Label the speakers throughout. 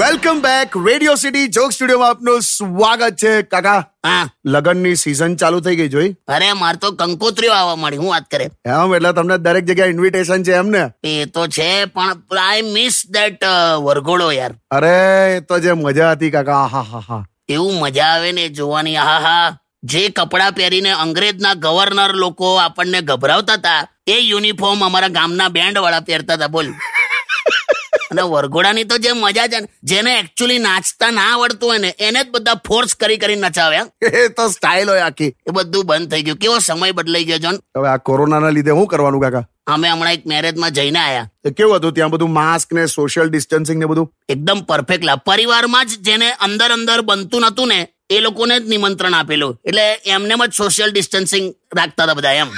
Speaker 1: Welcome back radio city joke સ્ટુડિયોમાં આપનું સ્વાગત છે કાકા
Speaker 2: હા
Speaker 1: લગનની સીઝન ચાલુ થઈ ગઈ જોઈ
Speaker 2: અરે માર તો કંકોત્રીઓ આવવા મળી હું વાત કરે
Speaker 1: એમ એટલે તમને દરેક જગ્યાએ ઇન્વિટેશન છે એમ ને
Speaker 2: એ તો છે પણ આઈ મિસ ધેટ વરઘોડો યાર
Speaker 1: અરે એ તો જે મજા હતી કાકા હા હા હા
Speaker 2: એવું મજા આવે ને જોવાની હા હા જે કપડાં પહેરીને અંગ્રેજના ગવર્નર લોકો આપણને ગભરાવતા હતા એ યુનિફોર્મ અમારા ગામના બેન્ડ વાળા પહેરતા હતા બોલ અને વરઘોડાની તો જે મજા છે ને, જેને એકચ્યુઅલી નાચતા ના આવડતું હોય ને એને જ બધા ફોર્સ કરી કરી નચાવ્યા
Speaker 1: એ તો સ્ટાઇલ હોય આખી
Speaker 2: એ બધું બંધ થઈ ગયું કેવો સમય બદલાઈ ગયો જોન
Speaker 1: હવે આ કોરોનાના લીધે શું કરવાનું કાકા
Speaker 2: અમે હમણાં એક મેરેજમાં જઈને આયા
Speaker 1: એ કેવું હતું ત્યાં બધું માસ્ક ને સોશિયલ ડિસ્ટન્સિંગ ને બધું
Speaker 2: એકદમ પરફેક્ટ લા પરિવારમાં જ જેને અંદર અંદર બનતું નતું ને એ લોકોને જ નિમંત્રણ આપેલું એટલે એમને જ સોશિયલ ડિસ્ટન્સિંગ રાખતા હતા બધા એમ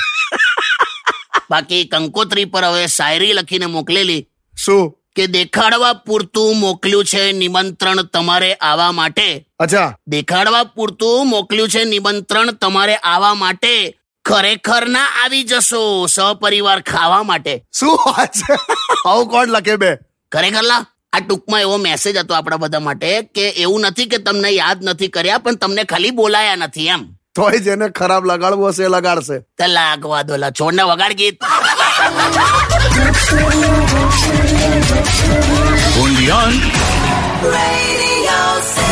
Speaker 2: બાકી કંકોત્રી પર હવે શાયરી લખીને મોકલેલી
Speaker 1: શું
Speaker 2: કે દેખાડવા પૂરતું મોકલ્યું છે નિમંત્રણ તમારે આવા માટે
Speaker 1: અચ્છા
Speaker 2: દેખાડવા પૂરતું મોકલ્યું છે નિમંત્રણ તમારે આવા માટે ખરેખર ના આવી જશો સહપરિવાર ખાવા માટે
Speaker 1: શું વાત છે આવું કોણ લખે બે
Speaker 2: ખરેખર લા આ ટૂંકમાં એવો મેસેજ હતો આપણા બધા માટે કે એવું નથી કે તમને યાદ નથી કર્યા પણ તમને ખાલી બોલાયા નથી એમ
Speaker 1: તોય જેને ખરાબ લગાડવું હશે એ લગાડશે
Speaker 2: તે લાગવા દો લા છોડને વગાડ ગીત
Speaker 3: Radio City.